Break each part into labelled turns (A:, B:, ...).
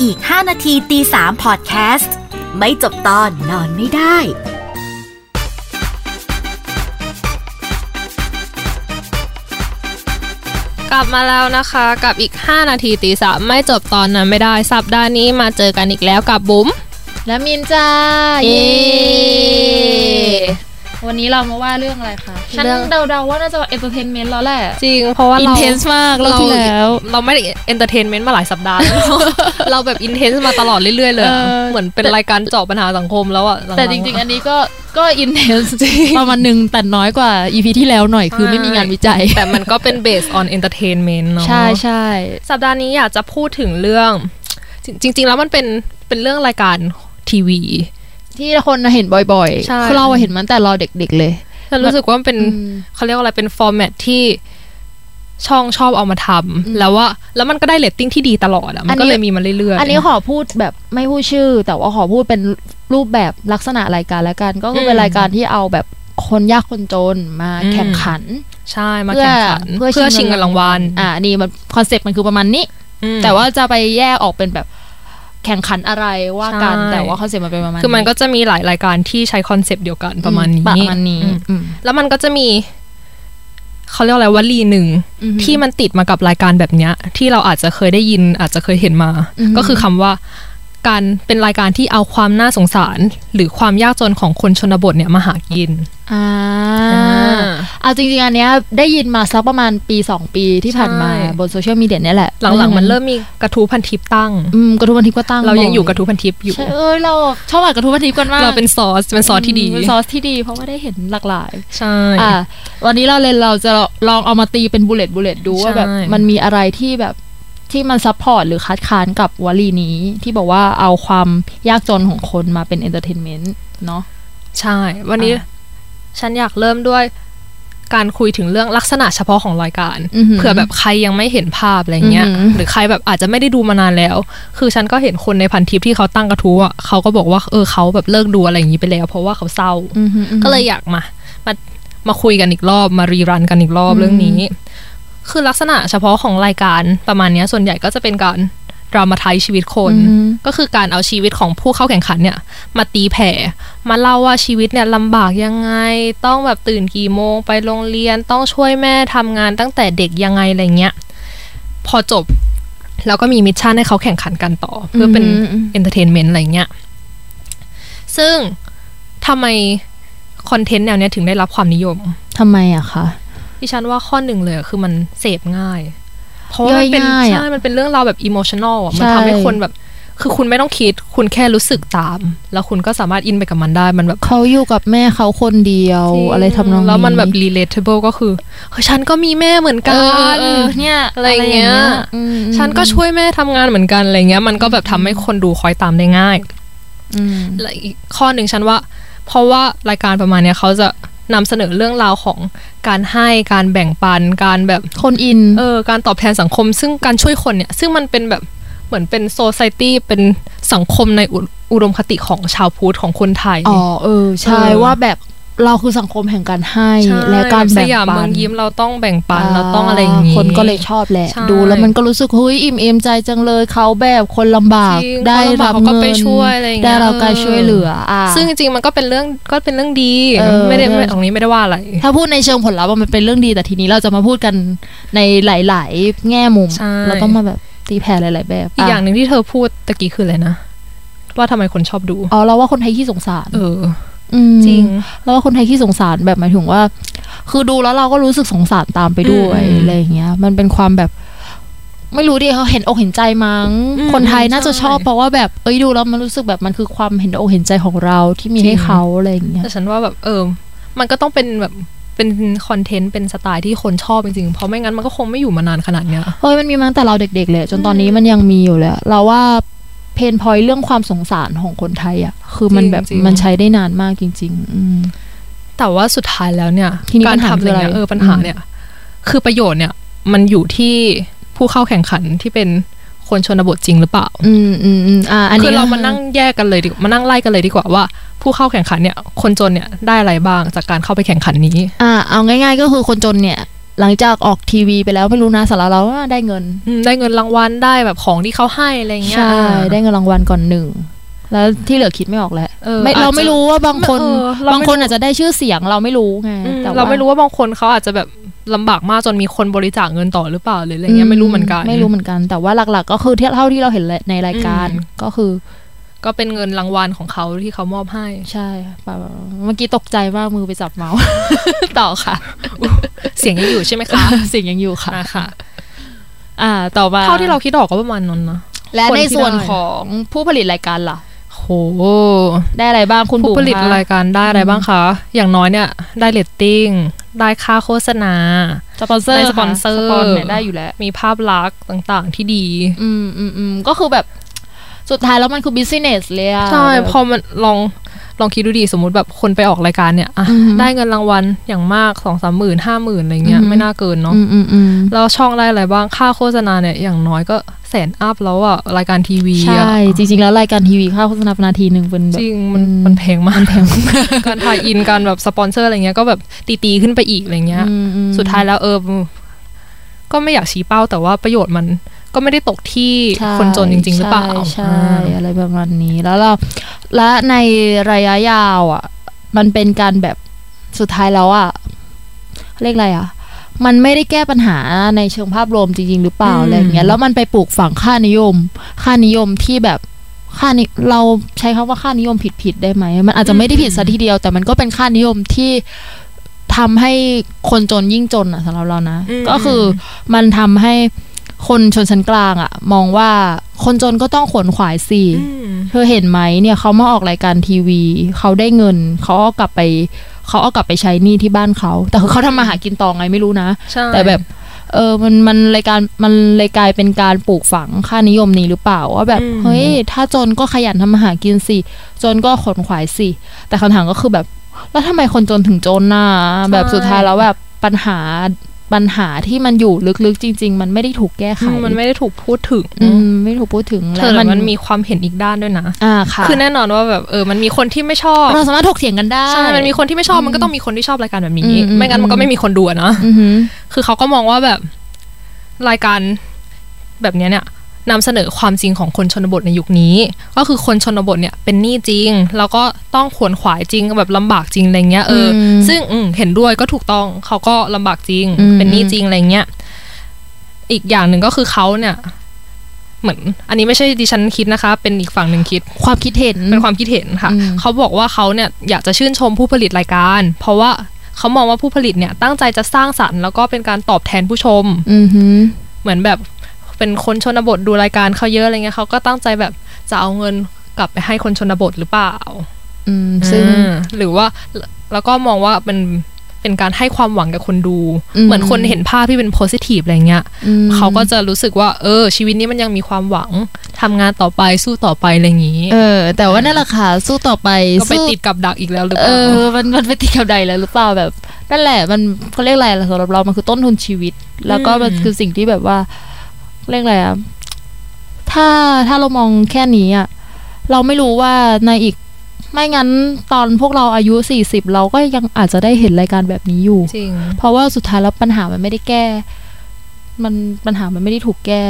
A: อีก 5 นาทีตี3พอดแคสต์ ไม่จบตอนนอนไม่ได้
B: กลับมาแล้วนะคะกับอีก 5 นาทีตีสามไม่จบตอนนั้นไม่ได้สัปดาห์นี้มาเจอกันอีกแล้วกับบุ๋ม
C: และมินจ้า
B: เย้
C: วันนี้เรามาว่าเรื่องอะไรคะ ฉัน
B: เรื่อง
C: เดาๆว่าน่าจะเอนเตอร์เทนเมนต์แล้วแหละ
B: จริงเพราะว่า
D: อิน
B: เรา
D: เทนส์มากรอบที่แล้ว
B: เราไม่ได้เอนเตอร์เทนเมนต์มาหลายสัปดาห์แล้ว เราแบบอินเทนส์มาตลอดเรื่อยๆเลยอะ
C: เออ
B: เหมือนเป็นรายการเจาะปัญหาสังคมแล้วอ่ะหลังๆ
C: แต่จริงๆ อันนี้ก็ก็อินเทนส์
B: จริง
C: ประมาณหนึ่งแต่น้อยกว่า EP ที่แล้วหน่อยคือ
B: ใช่
C: ไม่มีงานวิจัย
B: แต่ มันก็เป็นเบสออนเอนเตอร์เทนเมนต์เนาะ
C: ใช่ใช่
B: สัปดาห์นี้อยากจะพูดถึงเรื่อง จริง ๆ แล้วมันเป็นเป็นเรื่องรายการทีวี
C: ที่คนเห็นบ่อย
B: ใช่
C: ๆคือเราอะเห็นมันแต่เราเด็กๆเลย
B: ฉันรู้สึกว่ามันเป็น
C: อืม
B: เขาเรียกว่าอะไรเป็นฟอร์แมตที่ช่องชอบเอามาทำแล้วว่าแล้วมันก็ได้เลตติ้งที่ดีตลอดอะมัน
C: อั
B: ก็
C: นนี้
B: เลยมีมาเรื่อยๆ
C: อันนี้ขอพูดแบบไม่พูดชื่อ แต่ว่าขอพูดเป็นรูปแบบลักษณะรายการละกัน ก็คือเป็น
B: อืม
C: รายการที่เอาแบบคนยากคนจนมา
B: อืม
C: แข่งขัน
B: ใช่มาแข่งขัน
C: เพื่อ
B: เพื่อชิงเงินรางวัล
C: อ่านี่มันคอนเซ็ปต์มันคือประมาณนี้
B: อืม
C: แต่ว่าจะไปแยกออกเป็นแบบแข่งขันอะไรว่ากัน
B: ใช่
C: แต่ว่าคอนเซ็ปต์มันเป็นประมาณ
B: คือมันก็จะมีหลายรายการที่ใช้คอนเซปต์เดียวกันประมาณนี้
C: ประมาณนี้
B: อืม
C: อืม
B: แล้วมันก็จะมีเขาเรียกอะไรวลีหนึ่ง
C: อือฮึ
B: ที่มันติดมากับรายการแบบเนี้ย ที่เราอาจจะเคยได้ยิน อาจจะเคยเห็นมา
C: อือฮึ
B: ก็คือคำว่าการเป็นรายการที่เอาความน่าสงสาร หรือความยากจนของคนชนบทเนี่ยมาหากิน
C: อ่าเอาจริงๆอันเนี้ยได้ยินมาสักประมาณปี 2 ปีที่ผ่านมา
B: ใช่
C: บนโซเชียลมีเดียเนี่ยแหละ
B: หลังๆมันเริ่มมีกระทู้พันทิปตั้ง
C: อืมกระทู้พันทิปก็ตั้ง
B: เรายังอยู่ก
C: บ่
B: ระทู้พันทิปอยู่
C: ใช่เอยเราชอบอ่านกระทู้พันทิปกันมาก
B: เราเป็นซอสเป็นซอสที่ดี
C: เป็นซอสที่ดีเพราะว่าได้เห็นหลากหลาย
B: ใช่
C: อ่ะวันนี้เราเลยเราจะลองเอามาตีเป็นบุลเลตบุลเลตดู
B: ใช่
C: ว่าแบบมันมีอะไรที่แบบที่มันซัพพอร์ตหรือคัดค้านกับวลีนี้ที่บอกว่าเอาความยากจนของคนมาเป็นเอนเตอร์เทนเมนต์เนาะ
B: ใช่ วันนี้
C: อ่ะ
B: ฉันอยากเริ่มด้วยการคุยถึงเรื่องลักษณะเฉพาะของรายการ
C: อือหือ
B: เผื่อแบบใครยังไม่เห็นภาพอะไรเงี้ย
C: อือหือ
B: หรือใครแบบอาจจะไม่ได้ดูมานานแล้ว คือฉันก็เห็นคนในพันทิปที่เขาตั้งกระทู้อ่ะเขาก็บอกว่าเออเขาแบบเลิกดูอะไรอย่างนี้ไปแล้ว เพราะว่าเขาเศร้า
C: อือหืออือหือ
B: ก็เลยอยากมา มา มาคุยกันอีกรอบ มารีรันกันอีกรอบเรื่องนี้ คือลักษณะเฉพาะของรายการประมาณเนี้ยส่วนใหญ่ก็จะเป็นการดรามาไทยชีวิตคน
C: อือหือ
B: ก็คือการเอาชีวิตของผู้เข้าแข่งขันเนี่ย มาตีแผ่ มาเล่าว่าชีวิตเนี่ยลำบากยังไง ต้องแบบตื่นกี่โมงไปโรงเรียน ต้องช่วยแม่ทำงานตั้งแต่เด็กยังไงอะไรเงี้ย พอจบ แล้วก็มีมิชชั่นให้เขาแข่งขันกันต่อ เพื่อเป็น
C: อืมอืม
B: เอนเตอร์เทนเมนต์อะไรเงี้ย ซึ่งทำไมคอนเทนต์แนวเนี้ยถึงได้รับความนิยม
C: ทำไมอะคะ
B: ที่ฉันว่าข้อหนึ่งเลยอะคือมันเสพง่าย เพราะว่ามันเป็น
C: ย่อยง่ายอะ
B: ใช่ มันเป็นเรื่องราวแบบอิโมชันอลอ่ะ มัน
C: ใช่
B: ทำให้คนแบบ คือคุณไม่ต้องคิด คุณแค่รู้สึกตาม แล้วคุณก็สามารถอินไปกับมันได้ มันแบบ
C: เขาอยู่กับแม่เขาคนเดียวอะไรทำนองนี้
B: แล้วมันแบบ relatable ก็คือเฮ้ยฉันก็มีแม่เหมือน
C: เอ
B: กั
C: อเออน เออเนี่ย
B: อะไรอย่างเงี้ย
C: อืมอืม
B: ฉันก็ช่วยแม่ทำงานเหมือนกันอะไรเงี้ย มันก็แบบทำให้คนดูคอยตามได้ง่าย
C: อืม
B: และอีกข้อหนึ่งฉันว่า เพราะว่ารายการประมาณเนี้ยเขาจะนำเสนอเรื่องราวของการให้การแบ่งปันการแบบ
C: คนอิน
B: เออการตอบแทนสังคมซึ่งการช่วยคนเนี่ย ซึ่งมันเป็นแบบเหมือนเป็นโซไซตี้เป็นสังคมในอุอุดมคติของชาวพุทธของคนไทย
C: อ๋อเออ ใช่
B: เออ
C: ว่าแบบเราคือสังคมแห่งการให้
B: ใช่
C: และการ
B: ส
C: แบ่ง
B: ยาม
C: ปั
B: เมือน งยิ้มเราต้องแบ่งปันเราต้องอะไรอย่าง
C: นี้
B: นี้
C: คนก็เลยชอบแหละ
B: ใช่
C: ดูแล้วมันก็รู้สึกเฮ้ยอิ่มเอมใจจังเลยเขาแบบคนลำบาก
B: จริง
C: ได้
B: คนลำบา
C: รั
B: ก
C: บ
B: เขาก็
C: เงิน
B: ไปช่วยอะไรอย่าง
C: ได้
B: เงี้ย
C: รับการ
B: เออ
C: ช่วยเหลืออ่ะ
B: ซึ่งจริงๆมันก็เป็นเรื่องก็เป็นเรื่องดี
C: เออ
B: ไม่ได้
C: เรื่
B: ไม่
C: อง
B: ตรงนี้ไม่ได้ว่าอะไร
C: ถ้าพูดในเชิงผลลัพธ์อะมันเป็นเรื่องดีแต่ทีนี้เราจะมาพูดกันในหลาย ๆ แง่มุม
B: ใช่
C: เราต้องมาแบบตีแผ่หลาย ๆ แบบ
B: อีกอย่างหนึ่งที่เธอพูดตะกี้คืออะไรนะ ว่าทำไมคนชอบดู
C: อ๋อเราว่าคนไทยขี้สงสาร
B: เออ
C: ม
B: จริง
C: เราว่าคนไทยขี้สงสารแบบหมายถึงว่า คือดูแล้วเราก็รู้สึกสงสารตามไปด้วย
B: อืม
C: อะไรอย่างเงี้ย มันเป็นความแบบ ไม่รู้ดิเขาเห็นอกเห็นใจมั้ง
B: อืม
C: คนไทยน่าจะ
B: ใช่
C: ชอบเพราะว่าแบบเอ้ยดูแล้วมันรู้สึกแบบมันคือความเห็นอกเห็นใจของเราที่มีให้เขาอะไรอย่างเงี้ย
B: แต่ฉันว่าแบบเออ มันก็ต้องเป็นแบบเป็นคอนเทนต์เป็นสไตล์ที่คนชอบจริงๆ เพราะไม่งั้นมันก็คงไม่อยู่มานานขนาดเนี้ย
C: เอ้ยมันมีมาตั้งแต่เราเด็ก ๆ เลย จนตอนนี้มันยังมีอยู่เลยเราว่าเพนพอยเรื่องความสงสารของคนไทยอ่ะคือมันแบบ
B: จริงๆ
C: มันใช้ได้นานมากจริง ๆ อืม
B: แต่ว่าสุดท้ายแล้วเนี่ย
C: ทีนี้
B: การ
C: ปัญหา
B: ทำอะไร
C: คือ
B: เงี้
C: อะ
B: ย
C: ไร
B: เออปัญหาเนี่ย คือประโยชน์เนี่ย มันอยู่ที่ผู้เข้าแข่งขันที่เป็นคนชนบทจริงหรือเปล่า
C: อืมอืมอืมอ่าอัน
B: คื
C: นี้
B: อเรามานั่งแยกกันเลยดีกว่ามานั่งไล่กันเลยดีกว่าว่า ผู้เข้าแข่งขันเนี่ย คนจนเนี่ยได้อะไรบ้างจากการเข้าไปแข่งขันนี้
C: อ่าเอาง่าย ๆ ก็คือคนจนเนี่ย หลังจากออกทีวีไปแล้วไม่รู้นะสาระเราว่าได้เงิน
B: อืมได้เงินรางวัลได้แบบของที่เขาให้อะไรเงี้ย
C: ใช่ ได้เงินรางวัลก่อนหนึ่ง แล้วที่เหลือคิดไม่ออกแล้ว
B: ออ
C: ไม่
B: อจ
C: เรา
B: จะ
C: ไม่รู้ว่าบางคน
B: เออเราไม่
C: บางคนอาจจะได้ชื่อเสียงเราไม่รู้ไง
B: อืม
C: แต่ว่
B: เราไม่รู้ว่าบางคนเขาอาจจะแบบลำบากมากจนมีคนบริจาคเงินต่อหรือเปล่าหรืออะไรเงี้ยไม่รู้เหมือนกัน
C: ไม่รู้เหมือนกัน แต่ว่าหลักๆ ก็คือเท่าที่เราเห็นในรายการ
B: อืม
C: ก็คือ
B: ก็เป็นเงินรางวัลของเขาที่เขามอบให้
C: ใช่ป่ะเมื่อกี้ตกใจมากมือไปจับเมาส์ ต่อค่ะ
B: เสียงยังอยู่ใช่ไหมคะ
C: สิ่งยังอยู่ค่ะ
B: นะค่ะ
C: อ่า ต่อมา
B: เท่าที่เราคิดออกก็ประมาณนั้นนะ
C: และ
B: คนที่
C: ในส่วน
B: ได้
C: ของผู้ผลิตรายการล่ะ
B: โห
C: ได้อะไรบ้างคุณ
B: ผู้
C: บุ๋ม
B: ผลิต
C: คะ
B: รายการได้อะไรบ้างคะ อย่างน้อยเนี่ย ได้เลตติ้ง ได้ค่าโฆษณา
C: สปอนเซอร์
B: ได้
C: ค่ะ
B: สปอนเซอร์
C: สปอนเนี่ยได้อยู่แล้ว
B: มีภาพลักษณ์ต่างๆ ที่ดี
C: อืมอืมอืมก็คือแบบสุดท้ายแล้วมันคือ business เลยอะ
B: ใช่
C: แบบ
B: พอมันลองลองคิดดูดีสมมติแบบคนไปออกรายการเนี่ยอ่ะ
C: อือหือ
B: ได้เงินรางวัลอย่างมากสองสามหมื่นห้าหมื่นอะไรเงี้ย
C: อือหือ
B: ไม่น่าเกินเนาะ
C: อืมอืมอืม
B: แล้วช่องได้อะไรบ้างค่าโฆษณาเนี่ยอย่างน้อยก็แสนอัพแล้วอะรายการทีวี
C: ใช่
B: อะ
C: จริง ๆ แล้วรายการทีวีค่าโฆษณาเป็นนาทีหนึ่งเป็นแบ
B: จ
C: บ
B: ริงมัน
C: อืม
B: มันแพงมาก
C: มันแพง
B: การถ่ายอินการแบบสปอนเซอร์อะไรเงี้ยก็แบบตีๆขึ้นไปอีกอะไรเงี้ย
C: อืมอืม
B: สุดท้ายแล้วเออก็ไม่อยากชี้เป้าแต่ว่าประโยชน์มันก็ไม่ได้ตกที่
C: ใช่
B: คนจนจริง ๆ หรือเปล่า
C: ใช่
B: อ่า
C: ใช่อะไรประมาณนี้แล้วเราและในระยะยาวอ่ะ มันเป็นการแบบสุดท้ายแล้วอ่ะเรียกอะไรอ่ะ มันไม่ได้แก้ปัญหาในเชิงภาพรวมจริง ๆ หรือเปล่า
B: อืม
C: อะไรอย่างเงี้ยแล้วมันไปปลูกฝังค่านิยม ค่านิยมที่แบบค่านิเราใช้คำว่าค่านิยมผิดๆได้ไหมมันอาจจะไม่ได้ผิดซะทีเดียว แต่มันก็เป็นค่านิยมที่ทำให้คนจนยิ่งจนอ่ะสำหรับเรานะ
B: อืม
C: ก็คือมันทำให้คนชนชั้นกลางอะมองว่าคนจนก็ต้องขวนขวายสิ
B: อืม
C: เธอเห็นไหมเนี่ยเขามาออกรายการทีวี เขาได้เงิน เขาเอากลับไป เขาเอากลับไปใช้หนี้ที่บ้านเขา แต่คือเขาทำมาหากินต่อไงไม่รู้นะ
B: ใช่
C: แต่แบบ เออมันมันรายการมันเลยกลายเป็นการปลูกฝังค่านิยมนี้หรือเปล่าว่าแบบเฮ้ยถ้าจนก็ขยันทำมาหากินสิ จนก็ขนขวายสิ แต่คำถามก็คือแบบ แล้วทำไมคนจนถึงจนน่ะแบบสุดท้ายแล้วแบบปัญหาปัญหาที่มันอยู่ลึกๆจริง ๆ มันไม่ได้ถูกแก้ไข
B: อืมมันไม่ได้ถูกพูดถึง
C: อืมไม่ถูกพูดถึง
B: เธอแต่มันมีความเห็นอีกด้านด้วยนะ
C: อ่าค่ะ
B: คือแน่นอนว่าแบบเออมันมีคนที่ไม่ชอบ
C: เราสามารถถกเถียงกันได้
B: ใช่มันมีคนที่ไม่ชอบมันก็ต้องมีคนที่ชอบรายการแบบนี้
C: อืมอืม
B: ไม่งั้นมันก็ไม่มีคนดูอะเนาะ
C: อือหือ
B: คือเขาก็มองว่าแบบรายการแบบเนี้ยเนี่ยนำเสนอความจริงของคนชนบทในยุคนี้ ก็คือคนชนบทเนี่ยเป็นหนี้จริง แล้วก็ต้องขวนขวายจริงแบบลำบากจริงอะไรเงี้ยเอออ
C: ม
B: ซึ่งอืมเห็นด้วยก็ถูกต้องเขาก็ลำบากจริง
C: อืม
B: เป็นหนี้จริงอะไรเงี้ยอีกอย่างหนึ่งก็คือเขาเนี่ย เหมือน อันนี้ไม่ใช่ดิฉันคิดนะคะ เป็นอีกฝั่งหนึ่งคิด
C: ความคิดเห็น
B: เป็นความคิดเห็นค่ะ
C: อืม
B: เขาบอกว่าเขาเนี่ยอยากจะชื่นชมผู้ผลิตรายการ เพราะว่าเขามองว่าผู้ผลิตเนี่ยตั้งใจจะสร้างสรรค์แล้วก็เป็นการตอบแทนผู้ชม
C: อือหือ
B: เหมือนแบบเป็นคนชนบทดูรายการเขาเยอะอะไรเงี้ยเขาก็ตั้งใจแบบจะเอาเงินกลับไปให้คนชนบทหรือเปล่า
C: อืมซึ่ง
B: อืมหรือว่าแล้วก็มองว่าเป็นเป็นการให้ความหวังกับคนดู
C: อืม
B: เหมือนคนเห็นภาพที่เป็นโพสิทีฟอะไรเงี้ย
C: อืม
B: เขาก็จะรู้สึกว่าเออ ชีวิตนี้มันยังมีความหวังทำงานต่อไปสู้ต่อไปอะไรอย่างงี้
C: เออ แต่ว่านั่นแหละค่ะสู้ต่อไป
B: ก็ไป
C: สู้
B: ติดกับดักอีกแล้วหรือเป
C: เอ
B: ล่า
C: อมันมันไปติดกับใดแล้วหรือเปล่าแบบนั่นแหละ มันเขาเรียกอะไรล่ะสำหรับเรามันคือต้นทุนชีวิต แล้วก็มัน
B: อืม
C: คือสิ่งที่แบบว่าเรียกอะไรอะถ้าถ้าเรามองแค่นี้อะเราไม่รู้ว่าในอีกไม่งั้นตอนพวกเราอายุสี่สิบเราก็ยังอาจจะได้เห็นรายการแบบนี้อยู่
B: จริง
C: เพราะว่าสุดท้ายแล้วปัญหามันไม่ได้แก้ มันปัญหามันไม่ได้ถูกแก้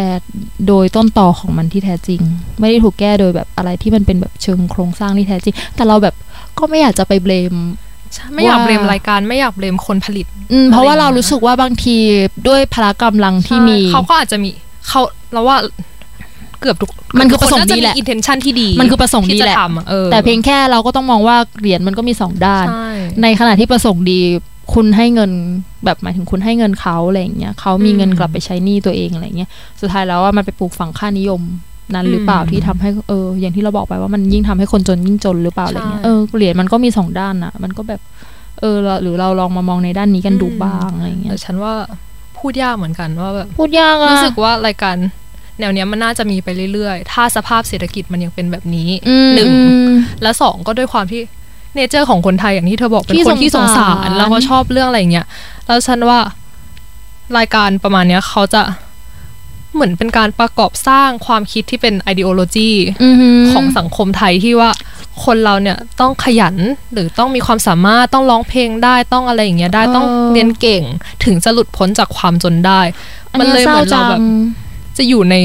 C: โดยต้นต่อของมันที่แท้จริง ไม่ได้ถูกแก้โดยแบบอะไรที่มันเป็นแบบเชิงโครงสร้างที่แท้จริง แต่เราแบบก็ไม่อยากจะไปเบลม
B: ไม่อยาก
C: ว่า
B: เบลมรายการไม่อยากเบลมคนผลิต
C: อืมเพราะว่า
B: อะไรอย่างเงี้ย
C: เรารู้สึกว่าบางทีด้วยพละกำลังที่มี
B: เขาก็อาจจะมีเขาเราว่าเกือบทุก
C: มันคือประสงค์ดีแหละ
B: อินเทนชันที่ดี
C: มันคือประสงค์ดี
B: ที่
C: แห
B: จะ
C: ละ
B: ทำอะเออ
C: แต่เพียงแค่เราก็ต้องมองว่าเหรียญมันก็มีสองด้าน
B: ใช่
C: ในขณะที่ประสงค์ดีคุณให้เงินแบบหมายถึงคุณให้เงินเขาอะไรอย่างเงี้ยเขามีเงินกลับไปใช้หนี้ตัวเองอะไรอย่างเงี้ยสุดท้ายแล้วว่ามันไปปลูกฝังค่านิยมนั้นหรือเปล่าที่ทำให้เออ อย่างที่เราบอกไปว่ามันยิ่งทำให้คนจนยิ่งจนหรือเปล่าอะไรเงี้ยเออเหรียญมันก็มีสองด้านนะมันก็แบบ เออเราหรือเราลองมามองในด้านนี้กันดูบ้างอะไรเงี้ย
B: แต่ฉันว่าพูดยากเหมือนกันว่าแบบ
C: พูดยากอะ
B: รู้สึกว่ารายการแนวเนี้ยมันน่าจะมีไปเรื่อยๆ ถ้าสภาพเศรษฐกิจมันยังเป็นแบบนี้
C: อืม
B: หนึ่ง
C: อืม
B: และสองก็ด้วยความที่เนเจอร์ของคนไทยอย่างที่เธอบอกเป็นคน
C: ที่
B: ที่
C: ส
B: ส
C: ง
B: งสา
C: สา
B: ร รแล้วก็ชอบเรื่องอะไรอย่างเงี้ยแล้วฉันว่ารายการประมาณเนี้ยเขาจะเหมือนเป็นการประกอบสร้างความคิดที่เป็น ideology
C: อืม
B: ของสังคมไทยที่ว่า คนเราเนี่ยต้องขยันหรือต้องมีความสามารถต้องร้องเพลงได้ต้องอะไรอย่างเงี้ยได้
C: เออ
B: ต้องเรียนเก่งถึงจะหลุดพ้นจากความจนได้ มันเลยเหมือนเราแบบ จะอยู่ใน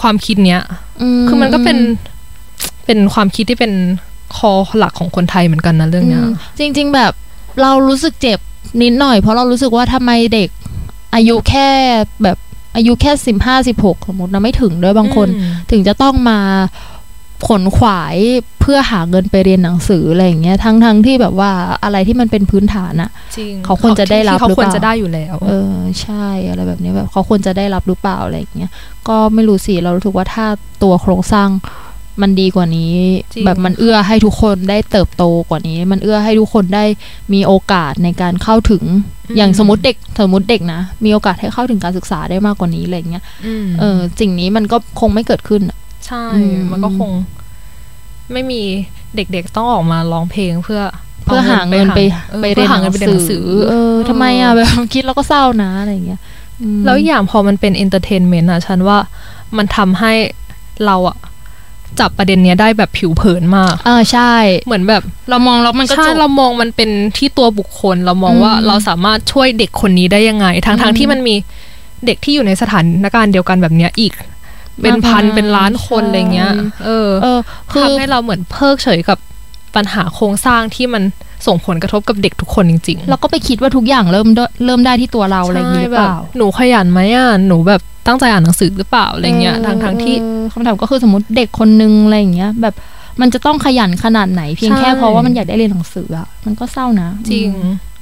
B: ความคิดเนี้ย คือมันก็เป็นเป็นความคิดที่เป็นคอหลักของคนไทยเหมือนกันนะเรื่องเนี้ย
C: มจริง ๆ แบบเรารู้สึกเจ็บนิดหน่อย เพราะเรารู้สึกว่าทำไมเด็กอายุแค่แบบอายุแค่สิบห้าสิบหกสมมตินะไม่ถึงด้วยบางคน ถึงจะต้องมาขนขวายเพื่อหาเงินไปเรียนหนังสืออะไรอย่างเงี้ยทั้งทั้งๆที่แบบว่าอะไรที่มันเป็นพื้นฐานอะ
B: จริง
C: เขาควรจะได้รับ
B: ที่เขา
C: หรือ
B: คว
C: เป
B: ร
C: ล่า
B: จะได้อยู่แล้ว
C: เออใช่อะไรแบบนี้แบบเขาควรจะได้รับหรือเปล่าอะไรอย่างเงี้ยก็ไม่รู้สิเรารู้สึกว่าถ้าตัวโครงสร้างมันดีกว่านี้
B: จริง
C: แบบมันเอื้อให้ทุกคนได้เติบโตกว่านี้ มันเอื้อให้ทุกคนได้มีโอกาสในการเข้าถึง อย่างสมมติเด็กสมมติเด็กนะ มีโอกาสให้เข้าถึงการศึกษาได้มากกว่านี้อะไรอย่างเงี้ย
B: ม
C: เออสิ่งนี้มันก็คงไม่เกิดขึ้นอะ
B: ใช่
C: อืม
B: มันก็คง ไม่มีเด็กๆต้องออกมาร้องเพลงเพื่อ
C: เพื่อหาเงินไป
B: ออ
C: ไปเรี
B: พื่
C: ยน
B: อหา
C: ห
B: เงิ
C: นั
B: น
C: ง
B: ไปเรียนห
C: สือ
B: นังสือ
C: เออทำไมอ่ะ แบบคิดแล้วก็เศร้านะอะไรอย่างเงี้ยอืม
B: แล้วอย่างพอมันเป็นเอนเตอร์เทนเมนต์อะฉันว่ามันทำให้เราอะจับประเด็นเนี้ยได้แบบผิวเผินมาก
C: อ่าใช่
B: เหมือนแบบ
C: เรามองแล้วมันก็
B: ใช่
C: จบ
B: เรามองมันเป็นที่ตัวบุคคล เรามองว่า
C: อืม
B: เราสามารถช่วยเด็กคนนี้ได้ยังไงทั้งท
C: อืม
B: ที่มันมีเด็กที่อยู่ในสถานการณ์เดียวกันแบบเนี้ยอีก เป็นพัน
C: มากมาย
B: เป็นล้านคน
C: ใช่
B: อะไรเงี้ย เออ
C: เออ คือ
B: ทำให้เราเหมือนเพิกเฉยกับปัญหาโครงสร้างที่มันส่งผลกระทบกับเด็กทุกคนจริง ๆ
C: เราก็ไปคิดว่าทุกอย่างเริ่มด้วยเริ่มได้ที่ตัวเราอะไรอย่างนี้หรือเป
B: ใช่
C: ล่า
B: แบบหนูขยันไหมอ่ะ หนูแบบตั้งใจอ่านหนังสือหรือเปล่าอะไรเงี้ยทางทางๆที่
C: เออคำถามก็คือสมมติเด็กคนนึงอะไรอย่างเงี้ย แบบมันจะต้องขยันขนาดไหนเพียง
B: ใช่
C: แค่เพราะว่ามันอยากได้เรียนหนังสืออะมันก็เศร้านะ
B: จริง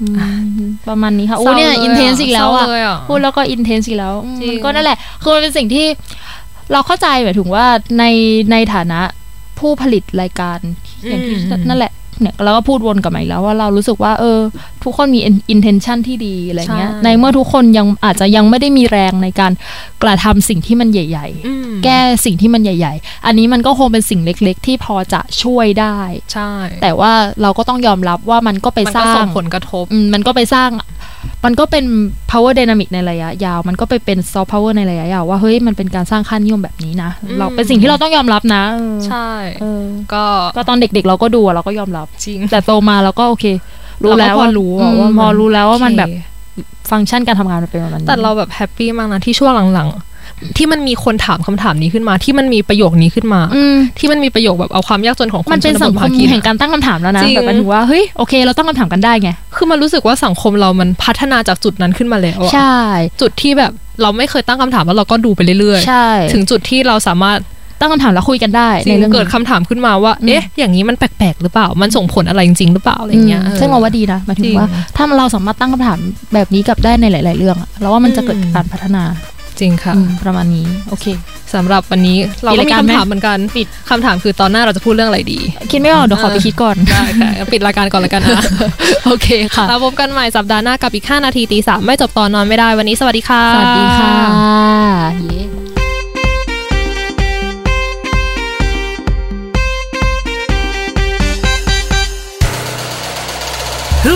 C: อืมอืมประมาณนี้ค่ะโอ้
B: ศร้า
C: เนี่ย
B: ล
C: อินเทนส์อีกแล้วอะ
B: เศร้าเย
C: พูดแล้วก็อินเทนส์อีกแล้วอืม
B: จริง
C: มันก็นั่นแหละ คือมันเป็นสิ่งที่เราเข้าใจหมายถึงว่าในในฐานะผู้ผลิตรายการอย่างที่นั่นแหละเนี่ยเราก็พูดวนกลับมาอีกแล้วว่าเรารู้สึกว่าเออ ทุกคนมีอินเทนชันที่ดีอะไรเงี้ย
B: ใช่
C: ในเมื่อทุกคนยังอาจจะยังไม่ได้มีแรงในการกระทำสิ่งที่มันใหญ่
B: อืม
C: ๆ แก้สิ่งที่มันใหญ่ ๆ อันนี้มันก็คงเป็นสิ่งเล็ก ๆ ที่พอจะช่วยได้
B: ใช่
C: แต่ว่าเราก็ต้องยอมรับว่ามันก็ไป
B: มัน
C: ส
B: ก็
C: ร้า
B: ส่
C: ง
B: งผลกระทบ
C: อืมมันก็ไปสร้าง มันก็เป็น power dynamic ในระยะยาว มันก็ไปเป็น soft power ในระยะยาว ว่าเฮ้ย มันเป็นการสร้างค่านิยมแบบนี้นะ
B: อืม
C: เราเป็นสิ่งที่เราต้องยอมรับนะเออ
B: ใช่
C: เออ
B: ก็
C: ก็ตอนเด็กๆเราก็ดูอะเราก็ยอมรับ
B: จริง
C: แต่โตมาเราก็โอเค รู้แล้ว
B: เราก็พอ
C: ว่า
B: รู้อะ
C: อืม
B: ว่ามัน
C: พอรู้แล้วว่ามันแบบ
B: โอเค
C: ฟังก์ชันการทำงานมันเป็นแบบนั้น
B: แต่เราแบบแฮปปี้มากนะที่ช่วงหลังๆ ที่มันมีคนถามคำถามนี้ขึ้นมา ที่มันมีประโยคนี้ขึ้นมา
C: อืม
B: ที่มันมีประโยคแบบเอาความยากจนของค
C: มัน
B: นช
C: เป็น
B: นบ
C: สัง
B: ท
C: ค
B: มาม กิน
C: แห่ง
B: อะ
C: การตั้งคำถามแล้วนะ
B: จริง
C: แบบมันถึงว่าเฮ้ยโอเค เราตั้งคำถามกันได้ไง
B: คือมันรู้สึกว่าสังคมเรามันพัฒนาจากจุดนั้นขึ้นมาแล้วอะ
C: ใช่
B: จุดที่แบบเราไม่เคยตั้งคำถามแล้วเราก็ดูไปเรื่อย
C: ใช่
B: ๆ ถึงจุดที่เราสามารถ
C: ตั้งคำถามแล้วคุยกันได้
B: จ
C: ใน
B: ริง
C: เรื่อง
B: เกิด
C: นี้
B: คำถามขึ้นมาว่า
C: อืม
B: เอ๊ะ อย่างนี้มันแปลกๆ หรือเปล่า มันส่งผลอะไรจริงๆ หรือเปล่า อะไรเงี้ย
C: อืม
B: ออ
C: ซึ่งเราว่าดีนะหมายถึ
B: จริ
C: ง
B: ง
C: ว่า ถ้าเราสามารถตั้งคำถามแบบนี้กับได้ในหลาย ๆ เรื่องอะเราว่ามันจะเกิด
B: อืม
C: การพัฒนา
B: จริงค่ะ
C: อืมประมาณนี้ โอเค
B: สำหรับวันนี้เราก็
C: ปิด
B: มี
C: รายการ
B: คำ
C: ไหม
B: ถามเหมือนกัน
C: ปิด
B: คำถามคือตอนหน้าเราจะพูดเรื่องอะไรดี
C: คิดไม่ออกเดี๋ยวขอ
B: เออ
C: ไปคิดก่อน
B: ได้ค่ะงั้นปิดรายการก่อนละกันนะ
C: โอเคค่ะ
B: เราพบกันใหม่สัปดาห์หน้ากับอีก 5 นาทีตีสามไม่จบตอนนอนไม่ได้วันนี้สวัสดีค่ะ
C: สวัสดีค่ะเย้
D: ฮู